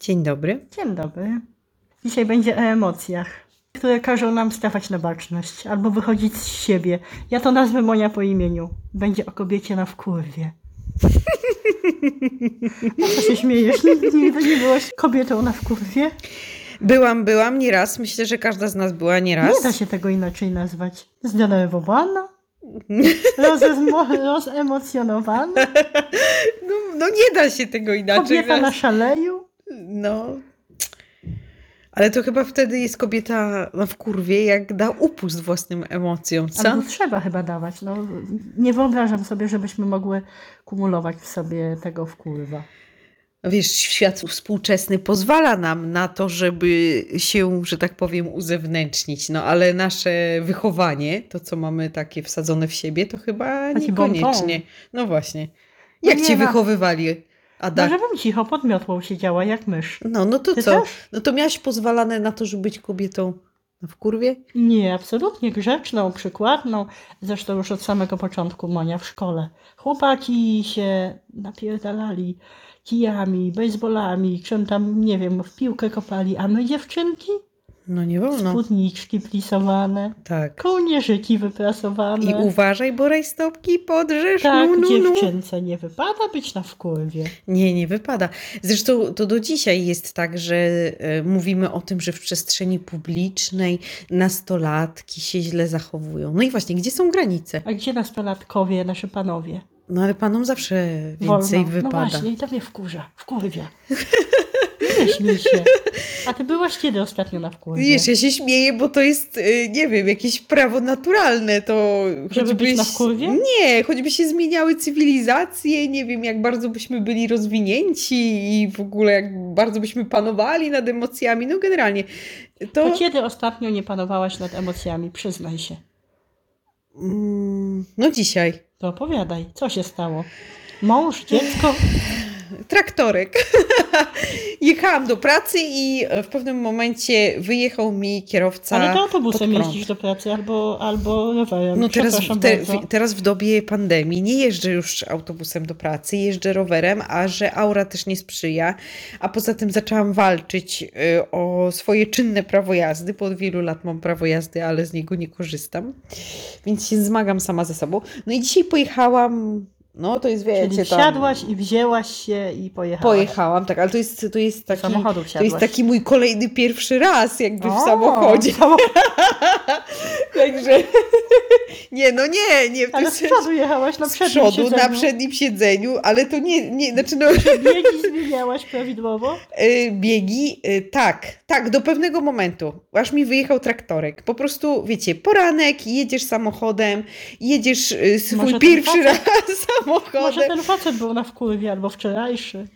Dzień dobry. Dzień dobry. Dzisiaj będzie o emocjach, które każą nam stawać na baczność albo wychodzić z siebie. Ja to nazwę Monia po imieniu. Będzie o kobiecie na wkurwie. No co się śmiejesz? Nigdy, nigdy nie byłaś kobietą na wkurwie? Byłam, byłam nieraz. Myślę, że każda z nas była nieraz. Nie da się tego inaczej nazwać. Zdenerwowana? Rozezmo- rozemocjonowana? No, no nie da się tego inaczej. Kobieta na nazwać. szaleju? No. Ale to chyba wtedy jest kobieta no, w kurwie, jak da upust własnym emocjom, co? Albo trzeba chyba dawać. No, nie wyobrażam sobie, żebyśmy mogły kumulować w sobie tego wkurwa. No Wiesz, świat współczesny pozwala nam na to, żeby się, że tak powiem, uzewnętrznić. No ale nasze wychowanie, to co mamy takie wsadzone w siebie, to chyba Taki niekoniecznie. bonbon. No właśnie. No Jak nie cię ma- wychowywali, Ada? Może bym No, cicho pod miotłą siedziała jak mysz. Tak. No, no to Ty co? też? No to miałaś pozwalane na to, żeby być kobietą no, w kurwie? Nie, absolutnie grzeczną, przykładną. Zresztą już od samego początku Monia w szkole. Chłopaki się napierdalali kijami, bejsbolami, czym tam, nie wiem, w piłkę kopali, a my dziewczynki? No nie wolno. Spódniczki plisowane, Tak. kołnierzyki wyprasowane. I no, uważaj, bo rajstopki podrzesz. No. tak, nu, nu, nu. dziewczynce nie wypada być na wkurwie. Nie, nie wypada. Zresztą to do dzisiaj jest tak, że e, mówimy o tym, że w przestrzeni publicznej nastolatki się źle zachowują. No i właśnie, gdzie są granice? A gdzie nastolatkowie, nasze panowie? No ale panom zawsze Wolno. więcej No wypada. właśnie, i to mnie wkurza. Wkurwia. Nie śmiej się. A ty byłaś kiedy ostatnio na wkurwie? Wiesz, ja się śmieję, bo to jest, y, nie wiem, jakieś prawo naturalne, to Żeby być na wkurwie? Nie, choćby się zmieniały cywilizacje, nie wiem, jak bardzo byśmy byli rozwinięci i w ogóle jak bardzo byśmy panowali nad emocjami, no generalnie. To... To kiedy ostatnio nie panowałaś nad emocjami? Przyznaj się. Mm, No dzisiaj. To opowiadaj, co się stało? Mąż, dziecko? Traktorek. Jechałam do pracy i e, w pewnym momencie wyjechał mi kierowca. Ale to autobusem pod prąd. jeździsz do pracy albo, albo rowerem. No teraz, Przepraszam w, te, bardzo. w, teraz w dobie pandemii nie jeżdżę już autobusem do pracy, jeżdżę rowerem, a że aura też nie sprzyja, a poza tym zaczęłam walczyć y, o swoje czynne prawo jazdy, bo od wielu lat mam prawo jazdy, ale z niego nie korzystam, więc się zmagam sama ze sobą. No i dzisiaj pojechałam, no to jest wiecie Czyli tam... wsiadłaś i wzięłaś się i pojechałaś. Pojechałam, tak, ale to jest, to jest Do taki... samochodu To wsiadłaś. jest taki mój kolejny pierwszy raz jakby w O, samochodzie. samo- Także nie, no nie, nie. To Ale jest z przodu jechałaś na z przednim przodu, na siedzeniu. przednim siedzeniu, ale to nie, nie znaczy no, Biegi zmieniałaś prawidłowo? y, biegi, y, tak, tak, do pewnego momentu, aż mi wyjechał traktorek. Po prostu, wiecie, poranek, jedziesz samochodem, jedziesz y, swój Może ten pierwszy facet- raz Może samochodem. ten facet był na wkurwie albo wczorajszy.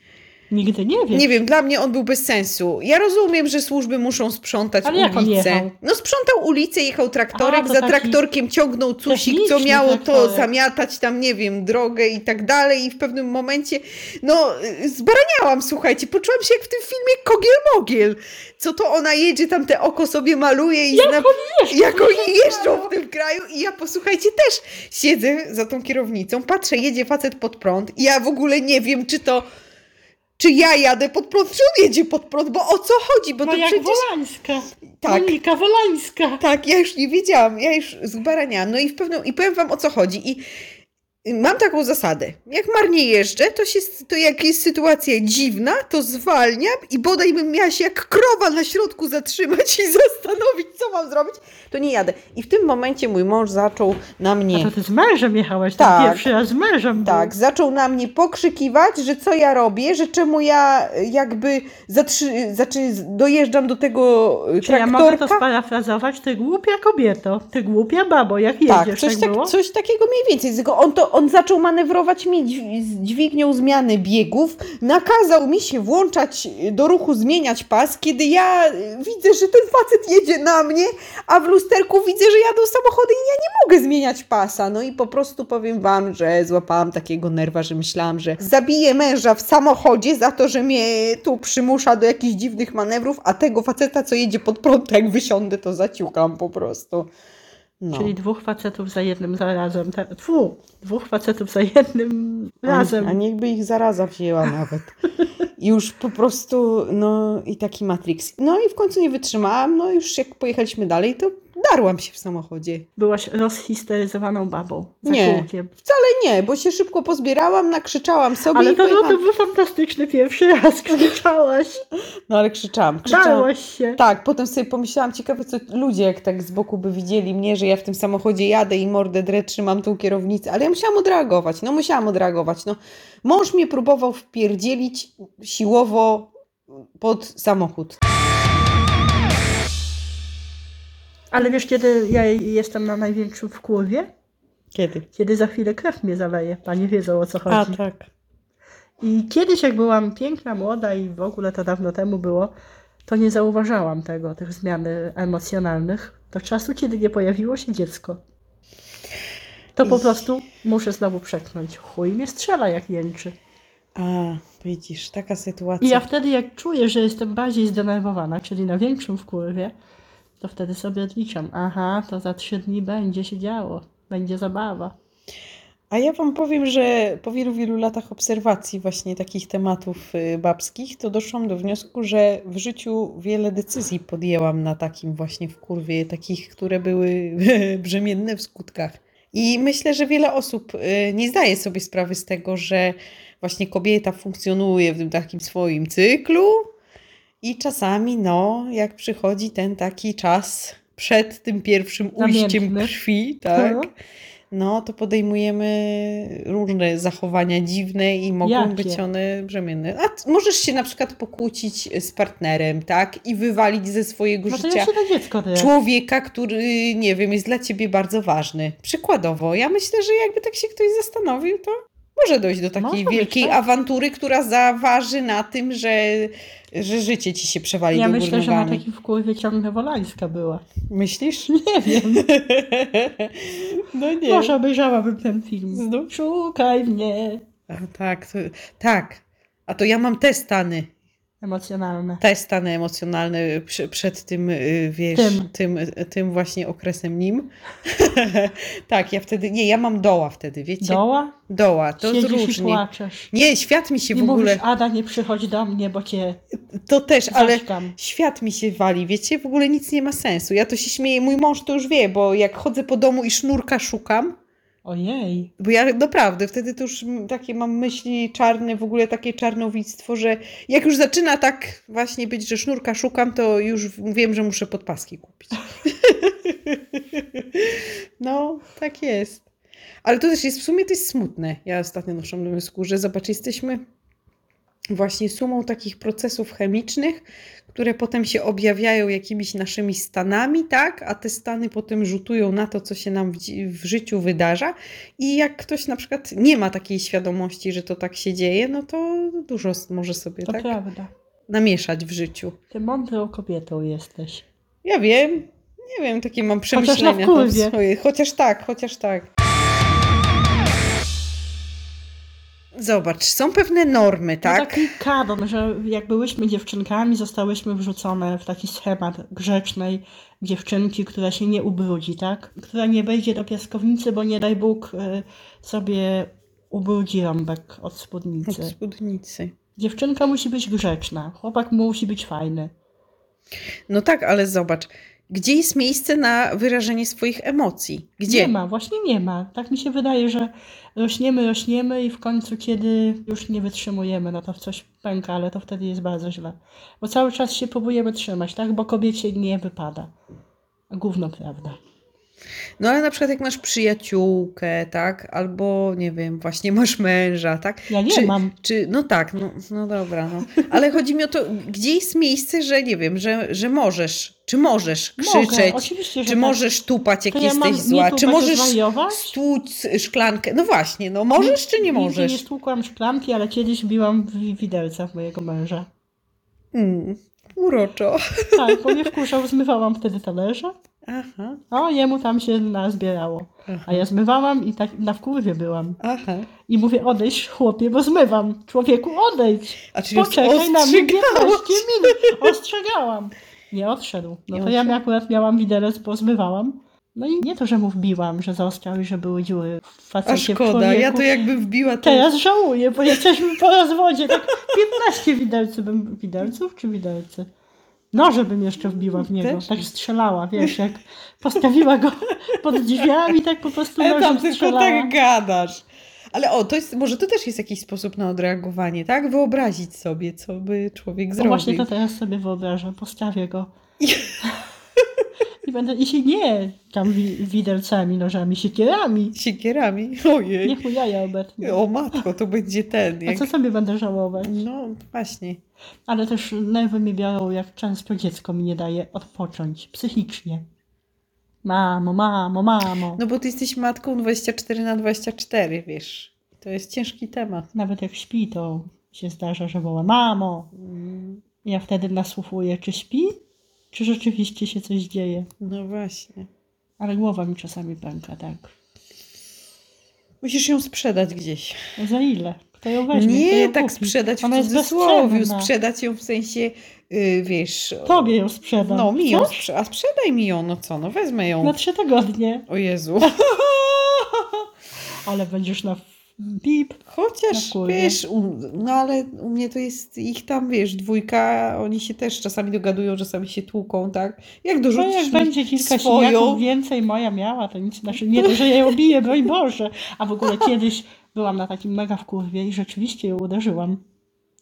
Nigdy nie wiem. Nie wiem, dla mnie on był bez sensu. Ja rozumiem, że służby muszą sprzątać Ale jak on ulicę. jechał? No sprzątał ulicę, jechał traktorek, A, to za taki traktorkiem ciągnął cusik, co techniczny miało to traktorek. zamiatać tam, nie wiem, drogę i tak dalej i w pewnym momencie, no y, zbaraniałam, słuchajcie, poczułam się jak w tym filmie Kogiel Mogiel. Co to ona jedzie, tam te oko sobie maluje i jak zna... jeżdżą, jak oni jeżdżą w tym kraju i ja posłuchajcie też siedzę za tą kierownicą, patrzę, jedzie facet pod prąd i ja w ogóle nie wiem, czy to czy ja jadę pod prąd, czy on jedzie pod prąd, bo o co chodzi, bo No to jak No przecież... Wolańska. Tak. Monika Wolańska. Tak, ja już nie wiedziałam, ja już zbaraniałam. No i w pewną, i powiem wam o co chodzi. I i mam taką zasadę. Jak marnie jeżdżę, to, się, to jak jest sytuacja dziwna, to zwalniam i bodaj bym miała się jak krowa na środku zatrzymać i zastanowić, co mam zrobić, to nie jadę. I w tym momencie mój mąż zaczął na A mnie. to ty z mężem jechałaś, Tak. tak. pierwszy raz z mężem Tak, był. zaczął na mnie pokrzykiwać, że co ja robię, że czemu ja y, jakby zatrzy, znaczy dojeżdżam do tego y, Czy ja mogę to traktorka. sparafrazować? Ty głupia kobieto, ty głupia babo, jak jedziesz, Tak, tak, coś, tak, było? coś takiego mniej więcej. Tylko on, to, on zaczął manewrować mi dźwi- z dźwignią zmiany biegów, nakazał mi się włączać y, do ruchu, zmieniać pas, kiedy ja y, widzę, że ten facet jedzie na mnie, a w lusterku widzę, że jadą samochody i ja nie mogę zmieniać pasa. No i po prostu powiem wam, że złapałam takiego nerwa, że myślałam, że zabiję męża w samochodzie za to, że mnie tu przymusza do jakichś dziwnych manewrów, a tego faceta, co jedzie pod prąd, to jak wysiądę, to zaciukam po prostu. No. Czyli dwóch facetów za jednym zarazem. Ta- Tfu, dwóch facetów za jednym razem. A, a niechby ich zaraza wzięła nawet. już po prostu, no i taki Matrix. No i w końcu nie wytrzymałam, no już jak pojechaliśmy dalej, to darłam się w samochodzie. Byłaś rozhisteryzowaną babą. Za Nie. kółkiem. Ale nie, bo się szybko pozbierałam, nakrzyczałam sobie Ale i to, no, pojechałam. to był fantastyczny pierwszy raz. Krzyczałaś, No ale krzyczałam, krzyczałam. darłaś się. Tak, potem sobie pomyślałam, ciekawe co ludzie jak tak z boku by widzieli mnie, że ja w tym samochodzie jadę i mordę drę, trzymam tą kierownicę, ale ja musiałam odreagować, no musiałam odreagować, no. Mąż mnie próbował wpierdzielić siłowo pod samochód. Ale wiesz, kiedy ja jestem na największym wkłowie? Kiedy? Kiedy za chwilę krew mnie zaleje. Panie wiedzą o co chodzi. A, tak. I kiedyś, jak byłam piękna, młoda i w ogóle to dawno temu było, to nie zauważałam tego, tych zmian y, emocjonalnych do czasu, kiedy nie pojawiło się dziecko. To po I- prostu muszę znowu przeknąć. Chuj mnie strzela, jak jęczy. A, widzisz, taka sytuacja. I ja wtedy, jak czuję, że jestem bardziej zdenerwowana, czyli na większym wkurwie, to wtedy sobie odliczam. Aha, to za trzy dni będzie się działo. Będzie zabawa. A ja Wam powiem, że po wielu, wielu latach obserwacji właśnie takich tematów y, babskich, to doszłam do wniosku, że w życiu wiele decyzji podjęłam na takim właśnie w kurwie, takich, które były brzemienne w skutkach. I myślę, że wiele osób y, nie zdaje sobie sprawy z tego, że właśnie kobieta funkcjonuje w tym takim swoim cyklu i czasami, no, jak przychodzi ten taki czas przed tym pierwszym ujściem Namiętny. krwi, tak? No. No, to podejmujemy różne zachowania dziwne i mogą Jakie? być one brzemienne. A t- możesz się na przykład pokłócić e, z partnerem, tak? I wywalić ze swojego No to życia jak się to dziecko teraz? człowieka, który, nie wiem, jest dla ciebie bardzo ważny. Przykładowo, ja myślę, że jakby tak się ktoś zastanowił, to może dojść do takiej Może być, wielkiej tak. awantury, która zaważy na tym, że, że życie ci się przewali Ja do myślę, myślę, że na takim wkurwie ciągle Wolańska była. Myślisz? Nie wiem. no nie. Może obejrzałabym ten film. Znów? Szukaj mnie. A tak, to, tak. A to ja mam te stany, Emocjonalne. te stany emocjonalne przy, przed tym, y, wiesz, Tym. tym. Tym, tym właśnie okresem nim. tak, ja wtedy, nie, ja mam doła wtedy, wiecie? Doła? Doła, to jest Siedzisz i różnie. płaczesz. Nie, świat mi się I w ogóle, mówisz, Ada nie przychodź do mnie, bo cię to też, ale zaśkam. świat mi się wali, wiecie? W ogóle nic nie ma sensu. Ja to się śmieję, mój mąż to już wie, bo jak chodzę po domu i sznurka szukam, Ojej. Bo ja naprawdę wtedy to już m- takie mam myśli czarne, w ogóle takie czarnowictwo, że jak już zaczyna tak właśnie być, że sznurka szukam, to już w- wiem, że muszę podpaski kupić. no, tak jest. Ale to też jest w sumie to jest smutne. Ja ostatnio noszę do wniosku, że zobacz, jesteśmy właśnie sumą takich procesów chemicznych, które potem się objawiają jakimiś naszymi stanami, tak? A te stany potem rzutują na to, co się nam w, dzi- w życiu wydarza. I jak ktoś na przykład nie ma takiej świadomości, że to tak się dzieje, no to dużo s- może sobie To tak prawda. namieszać w życiu. Ty mądrą kobietą jesteś. Ja wiem, nie wiem, takie mam na przemyślenia tam wpływie. swoje. Chociaż tak, chociaż tak. Zobacz, są pewne normy, No tak? taki kanon, że jak byłyśmy dziewczynkami, zostałyśmy wrzucone w taki schemat grzecznej dziewczynki, która się nie ubrudzi, tak? Która nie wejdzie do piaskownicy, bo nie daj Bóg y, sobie ubrudzi rąbek od Od spódnicy. spódnicy. Dziewczynka musi być grzeczna, chłopak musi być fajny. No tak, ale zobacz, gdzie jest miejsce na wyrażenie swoich emocji? Gdzie? Nie ma, właśnie nie ma. Tak mi się wydaje, że rośniemy, rośniemy i w końcu, kiedy już nie wytrzymujemy, no to coś pęka, ale to wtedy jest bardzo źle. Bo cały czas się próbujemy trzymać, tak? Bo kobiecie nie wypada. Gówno prawda. No ale na przykład jak masz przyjaciółkę, tak? Albo nie wiem, właśnie masz męża, tak? Ja nie Czy- mam. Czy, no tak, no, no dobra, no. Ale chodzi mi o to, gdzie jest miejsce, że nie wiem, że, że możesz, czy możesz krzyczeć, Mogę, oczywiście, że czy tak. możesz tupać, jak To ja mam jesteś nie zła, tłukać, czy możesz rozmajować? stłuc szklankę. No właśnie, no możesz, czy nie Nigdy nie możesz? stłukłam szklanki, ale kiedyś biłam wi- widelca w mojego męża. Mm, uroczo. Tak, bo mnie wkurzał, zmywałam wtedy talerze. Aha, O, jemu tam się nazbierało. A aha, ja zmywałam i tak na wkurwie byłam. aha. I mówię, odejdź chłopie, bo zmywam. Człowieku, odejdź. A czyli Poczekaj na mnie 15 ostrzygałaś. minut. Ostrzegałam. Nie odszedł. No Nie to ja odszedł. akurat miałam widelec, bo zmywałam. No i nie to, że mu wbiłam, że zaostrzały, że były dziury w A facecie w szkoda, człowieku. ja to jakby wbiła to... Teraz żałuję, bo jesteśmy po rozwodzie. Tak 15 widelców bym... Widelców czy widelcy? Noże bym jeszcze wbiła w niego. Też? Tak strzelała, wiesz, jak postawiła go pod drzwiami, tak po prostu Ale tam nożem tylko strzelała. tak gadasz. Ale o, to jest, może to też jest jakiś sposób na odreagowanie, tak? Wyobrazić sobie, co by człowiek Bo No właśnie zrobił. to teraz sobie wyobrażam, postawię go. I będę i się nie tam wi- widelcami, nożami, siekierami. Siekierami. Ojej. Niech mu jaja obetnie. O matko, to będzie ten. A Jak... co sobie będę żałować? No właśnie. Ale też nerwy mi biorą, jak często dziecko mi nie daje odpocząć psychicznie. Mamo, mamo, mamo. No bo ty jesteś matką 24 na 24, wiesz. To jest ciężki temat. Nawet jak śpi, to się zdarza, że woła mamo. Ja wtedy nasłuchuję, czy śpi, czy rzeczywiście się coś dzieje. No właśnie. Ale głowa mi czasami pęka, tak. Musisz ją sprzedać gdzieś. Za ile? Kto ją weźmie? Kto Nie ją tak kupi? sprzedać w Ona jest cudzysłowie. bezcenna. Sprzedać ją w sensie, y, wiesz... o- Tobie ją sprzedam. No mi ją Chcesz? sprze- A sprzedaj mi ją, no co? No wezmę ją. Na trzy tygodnie. O Jezu. Ale będziesz na bip. Chociaż Dziękuję. wiesz, u, no ale u mnie to jest ich tam, wiesz, dwójka, oni się też czasami dogadują, czasami się tłuką, tak? Jak No dorzucisz jak mi będzie kilka swoją, siniaków więcej moja miała, to nic, znaczy nie to, że ja ją biję, broń Boże. A w ogóle kiedyś byłam na takim mega wkurwie i rzeczywiście ją uderzyłam.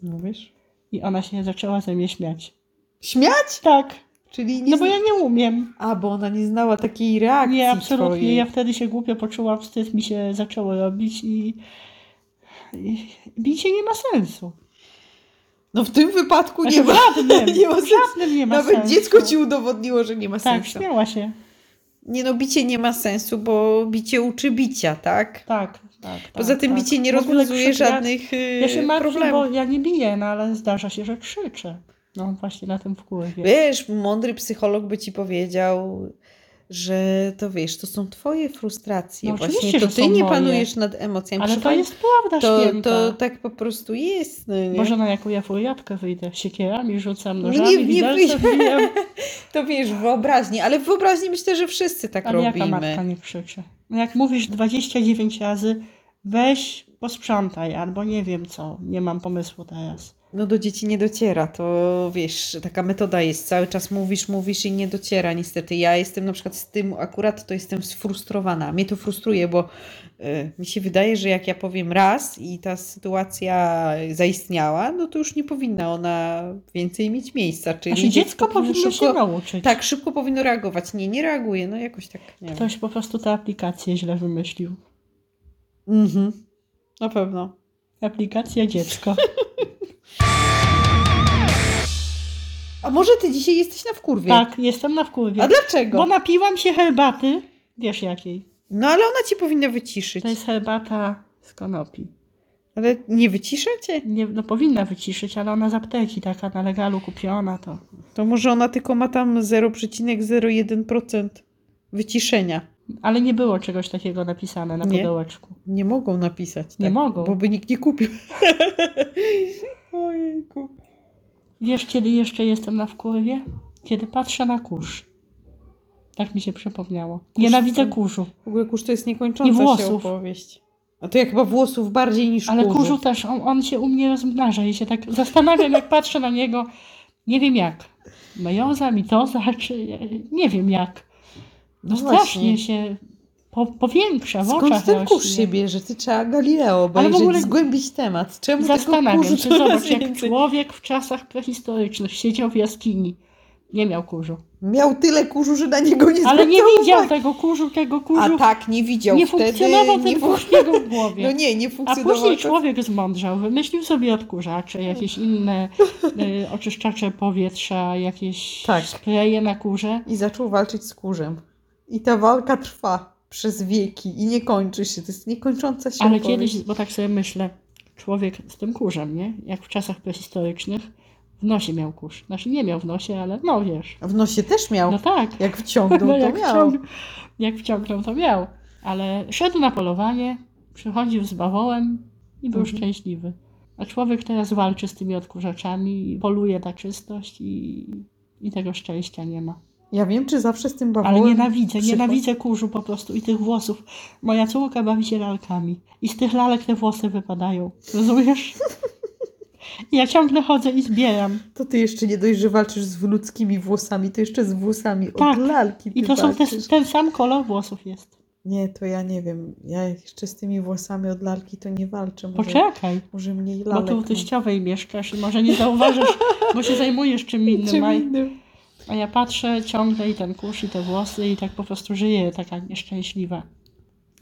Mówisz? I ona się zaczęła ze mnie śmiać. Śmiać? Tak, Czyli nie no bo zna- ja nie umiem. A, bo ona nie znała takiej reakcji Nie, absolutnie. twojej. Ja wtedy się głupio poczułam, wstyd mi się zaczęło robić i... i bicie nie ma sensu. No w tym wypadku Znaczy, nie w ma. żadnym, nie ma w żadnym nie ma Nawet sensu. dziecko ci udowodniło, że nie ma Tak, sensu. śmiała się. Nie no, bicie nie ma sensu, bo bicie uczy bicia, tak? Tak, tak. tak Poza tym tak. bicie nie W ogóle rozwiązuje krzyk- ja- żadnych y, Ja się martwię, problemów. bo ja nie biję, no ale zdarza się, że krzyczę. No właśnie na tym wkurwie. Wiesz, mądry psycholog by ci powiedział, że to wiesz, to są twoje frustracje. No Właśnie oczywiście, to że ty są nie moje. panujesz nad emocjami. Ale Przy- to jest prawda to, święta. to tak po prostu jest. No, nie? Boże, no jaką ja furiatkę wyjdę. Siekierami rzucam, No nożami, nie- nie nie, widelcem wyjdzie. bijem. To wiesz, w wyobraźni, ale w wyobraźni myślę, że wszyscy tak Ale no, jaka matka robimy. nie krzyczy? No jak mówisz 29 razy, weź posprzątaj, albo nie wiem co, nie mam pomysłu teraz. No do dzieci nie dociera, to wiesz, taka metoda jest. Cały czas mówisz, mówisz i nie dociera niestety. Ja jestem na przykład z tym, akurat to jestem sfrustrowana. Mnie to frustruje, bo y, mi się wydaje, że jak ja powiem raz i ta sytuacja zaistniała, no to już nie powinna ona więcej mieć miejsca. Czyli Znaczy dziecko powinno się szybko, nauczyć. Tak, szybko powinno reagować. Nie, nie reaguje, no jakoś tak, nie wiem. Ktoś po prostu tę aplikację źle wymyślił. Mhm. Na pewno. Aplikacja dziecko. A może ty dzisiaj jesteś na wkurwie? Tak, jestem na wkurwie. A dlaczego? Bo napiłam się herbaty, wiesz jakiej. No ale ona ci powinna wyciszyć. To jest herbata z konopi. Ale nie wycisza cię? Nie, no powinna wyciszyć, ale ona z apteki taka na legalu kupiona to. To może ona tylko ma tam 0,01% wyciszenia. Ale nie było czegoś takiego napisane na Nie? pudełeczku. Nie mogą napisać. Tak, Nie mogą. Bo by nikt nie kupił. Ojejku. Wiesz, kiedy jeszcze jestem na wkurwie? Kiedy patrzę na kurz. Tak mi się przypomniało. Nienawidzę to- kurzu. W ogóle kurz to jest niekończąca I się włosów. opowieść. A to ja chyba włosów bardziej niż Ale kurzu. kurzu też, on, on się u mnie rozmnaża i się tak zastanawiam, jak patrzę na niego. Nie wiem jak. Mejoza, mitoza, czy nie wiem jak. No, No właśnie. strasznie się po, powiększa w oczach Skąd ten rośnie. kurz się bierze? Ty trzeba Galileo obejrzeć, w ogóle- zgłębić temat. Czemu tego Zastanawiam kurzu się, zobacz, coraz jak więcej? człowiek w czasach prehistorycznych siedział w jaskini. Nie miał kurzu. Miał tyle kurzu, że na niego nie Ale nie zwracał widział uwagi. tego kurzu, tego kurzu. tak. A tak, nie widział nie wtedy. funkcjonował ten nie fu- kurz w jego głowie. No nie, nie A funkcjonował. później to- człowiek zmądrzał, wymyślił sobie odkurzacze, jakieś inne y, oczyszczacze powietrza, jakieś Tak. spreje na kurze. I zaczął walczyć z kurzem. I ta walka trwa przez wieki i nie kończy się. To jest niekończąca się Ale opowieść. kiedyś, bo tak sobie myślę, człowiek z tym kurzem, nie? Jak w czasach prehistorycznych w nosie miał kurz. Znaczy nie miał w nosie, ale no wiesz. A W nosie też miał. No tak. Jak wciągnął, No, to jak, miał. wciąg- jak wciągnął, to miał. Ale szedł na polowanie, przychodził z bawołem i był Mhm. szczęśliwy. A człowiek teraz walczy z tymi odkurzaczami, poluje na czystość i, i tego szczęścia nie ma. Ja wiem, czy zawsze z tym bawiłem. Ale nienawidzę, Krzychu. nienawidzę kurzu po prostu i tych włosów. Moja córka bawi się lalkami i z tych lalek te włosy wypadają. Rozumiesz? I Ja ciągle chodzę i zbieram. To ty jeszcze nie dość, że walczysz z ludzkimi włosami, to jeszcze z włosami Tak. od lalki ty I to są te, walczysz. ten sam kolor włosów jest. Nie, to ja nie wiem. Ja jeszcze z tymi włosami od lalki to nie walczę. Może, Poczekaj, może mniej bo lalek. no. tu w teściowej mieszkasz i może nie zauważysz, bo się zajmujesz czym mam. innym. Czym A, innym. a ja patrzę ciągle i ten kurz i te włosy i tak po prostu żyję taka nieszczęśliwa.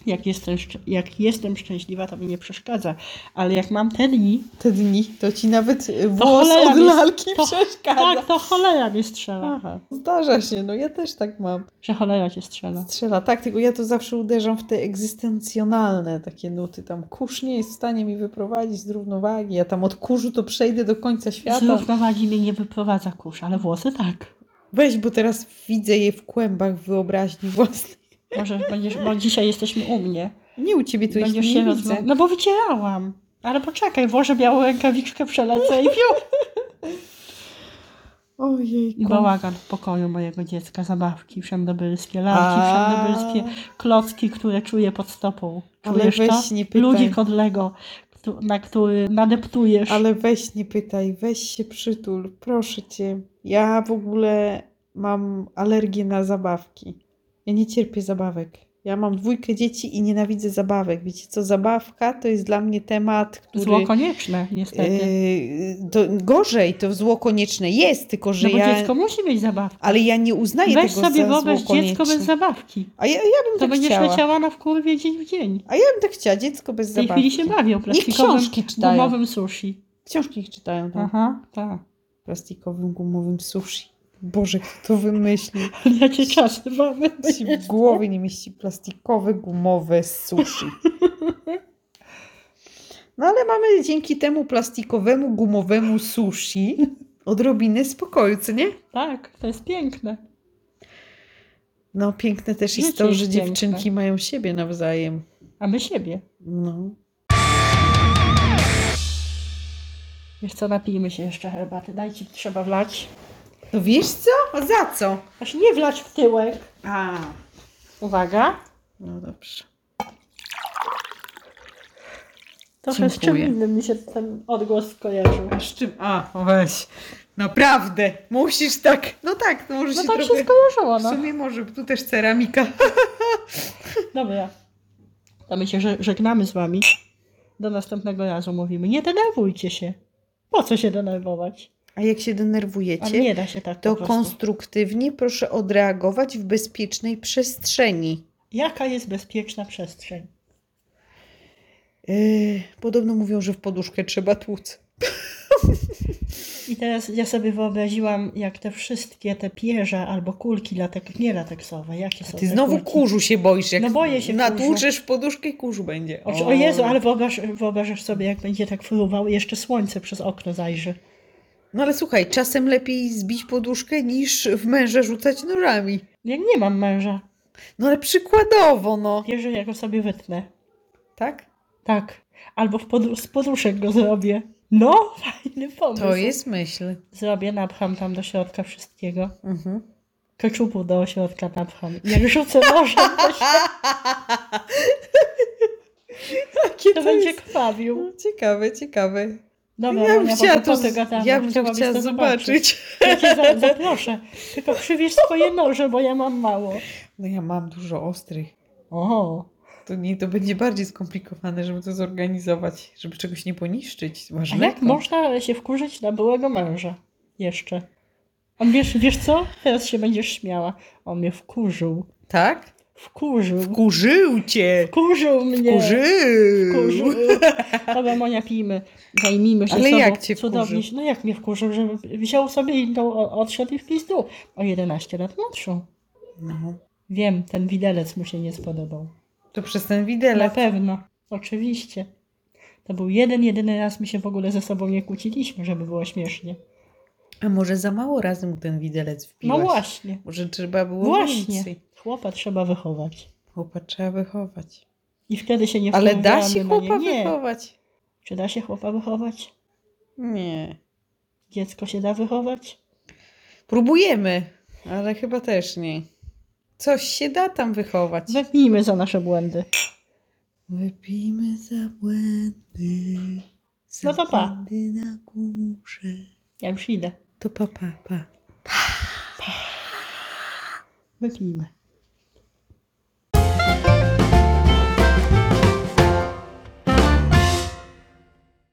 Jak jestem, szcz- jak jestem szczęśliwa, to mi nie przeszkadza. Ale jak mam te dni, Te dni to ci nawet y, włos cholera od mi- lalki to- przeszkadza. tak, to cholera mnie strzela. Aha, zdarza się, no ja też tak mam. Że cholera cię strzela. Strzela, tak, tylko ja to zawsze uderzam w te egzystencjonalne takie nuty. Tam kurz nie jest w stanie mi wyprowadzić z równowagi. Ja tam od kurzu to przejdę do końca Z świata. równowagi mnie nie wyprowadza kurz, ale włosy tak. Weź, bo teraz widzę je w kłębach wyobraźni własnej. Może będziesz, bo dzisiaj jesteśmy u mnie. Nie u ciebie to jest Będziesz nie się widzę. rozmawiać. No bo wycierałam. Ale poczekaj, włożę białą rękawiczkę, przelecę i piu. Ojej. I bałagan w pokoju mojego dziecka. Zabawki wszędobylskie, lalki wszędobylskie, klocki, które czuję pod stopą. Ale Czujesz to? weź nie pytaj. Ludzik od Lego, któ- na który nadeptujesz. Ale weź nie pytaj, weź się przytul, proszę cię. Ja w ogóle mam alergię na zabawki. Ja nie cierpię zabawek. Ja mam dwójkę dzieci i nienawidzę zabawek. Wiecie co, zabawka to jest dla mnie temat, który... Zło konieczne, niestety. Yy, to gorzej, to zło konieczne jest, tylko że no bo ja... dziecko musi mieć zabawkę. Ale ja nie uznaję Weź tego sobie za zło wyobraź dziecko konieczne. bez zabawki. A ja, ja bym To tak będziesz chciała. leciała na wkurwie dzień w dzień. A ja bym tak chciała, dziecko bez W tej zabawki. chwili się bawią Niech plastikowym, książki czytają. No. gumowym sushi. Książki ich czytają tam. Aha, tak. plastikowym, gumowym sushi. Boże, kto to wymyślił? Ja cię czasy mamy. Ci w głowie nie mieści plastikowe, gumowe sushi. No ale mamy dzięki temu plastikowemu, gumowemu sushi odrobinę spokoju, co nie? Tak, to jest piękne. No piękne też jest Życie to, jest że piękne. dziewczynki mają siebie nawzajem. A my siebie. No. Wiesz co, napijmy się jeszcze herbaty. Dajcie, trzeba wlać. No wiesz co? A za co? Aż nie wlać w tyłek. A, Uwaga. no dobrze. Trochę z czym Dziękuję. innym mi się ten odgłos skojarzył. A z czym? A, o weź. Naprawdę, musisz tak. No tak, to może No się tak trochę... się skojarzyło, W no. sumie może, tu też ceramika. Dobra. To my się że- żegnamy z wami. Do następnego razu mówimy. Nie denerwujcie się. Po co się denerwować? A jak się A denerwujecie, nie da się tak to po prostu. konstruktywnie proszę odreagować w bezpiecznej przestrzeni. Jaka jest bezpieczna przestrzeń? Yy, podobno mówią, że w poduszkę trzeba tłuc. I teraz ja sobie wyobraziłam, jak te wszystkie te pierze albo kulki latek, nie lateksowe, jakie są Ty te znowu kulki? kurzu się boisz. Jak No boję się kurzu. Natłuczesz w poduszkę i kurzu będzie. O, o Jezu, ale wyobraź, wyobrażasz sobie, jak będzie tak fruwał i jeszcze słońce przez okno zajrzy. No ale słuchaj, czasem lepiej zbić poduszkę niż w męża rzucać nożami. Jak nie mam męża, No ale przykładowo, no. wierzę, jak go sobie wytnę. Tak? Tak. Albo w podru- z poduszek go zrobię. No, fajny pomysł. To jest myśl. Zrobię, napcham tam do środka wszystkiego. Mhm. Keczupu do środka napcham. Jak rzucę nożem, to, się, Jakie to to będzie jest? krwawił. No, Ciekawe, ciekawe. Dobra, Ja bym Monia, chciała bo to, po co gadamy? ja bym to Chciałabyś chciała to zobaczyć. Ja cię za- zaproszę. Tylko przywieź swoje noże, bo ja mam mało. No ja mam dużo ostrych. O, To nie, to będzie bardziej skomplikowane, żeby to zorganizować, żeby czegoś nie poniszczyć. a Masz jak lekko. można się wkurzyć na byłego męża? Jeszcze. On wiesz, wiesz co? Teraz się będziesz śmiała. On mnie wkurzył. Tak? Wkurzył. Wkurzył cię! Wkurzył mnie. Wkurzył! Wkurzył. Dobra, Monia, pijmy. Zajmijmy się Ale sobą. jak cię Cudownie wkurzył? się- No jak mnie wkurzył, że wziął sobie i tą o- odszedł i w pizdu. O 11 lat młodszą. No, Wiem, ten widelec mu się nie spodobał. to przez ten Na widelec. pewno, oczywiście. To był jeden, jedyny raz my się w ogóle ze sobą nie kłóciliśmy, żeby było śmiesznie. A może za mało razy mu ten widelec No wbiłaś? właśnie, Może trzeba było Właśnie. więcej. chłopa trzeba wychować. Chłopa trzeba wychować. I wtedy się nie Ale da wkurwiamy się na chłopa nie. nie. wychować? Czy da się chłopa wychować? Nie. Dziecko się da wychować? Próbujemy. Ale chyba też nie. Coś się da tam wychować. Wepnijmy za nasze błędy. Wypijmy za błędy. za No to pa. błędy na górze. Ja już idę. To pa, pa, pa. Wypnijmy.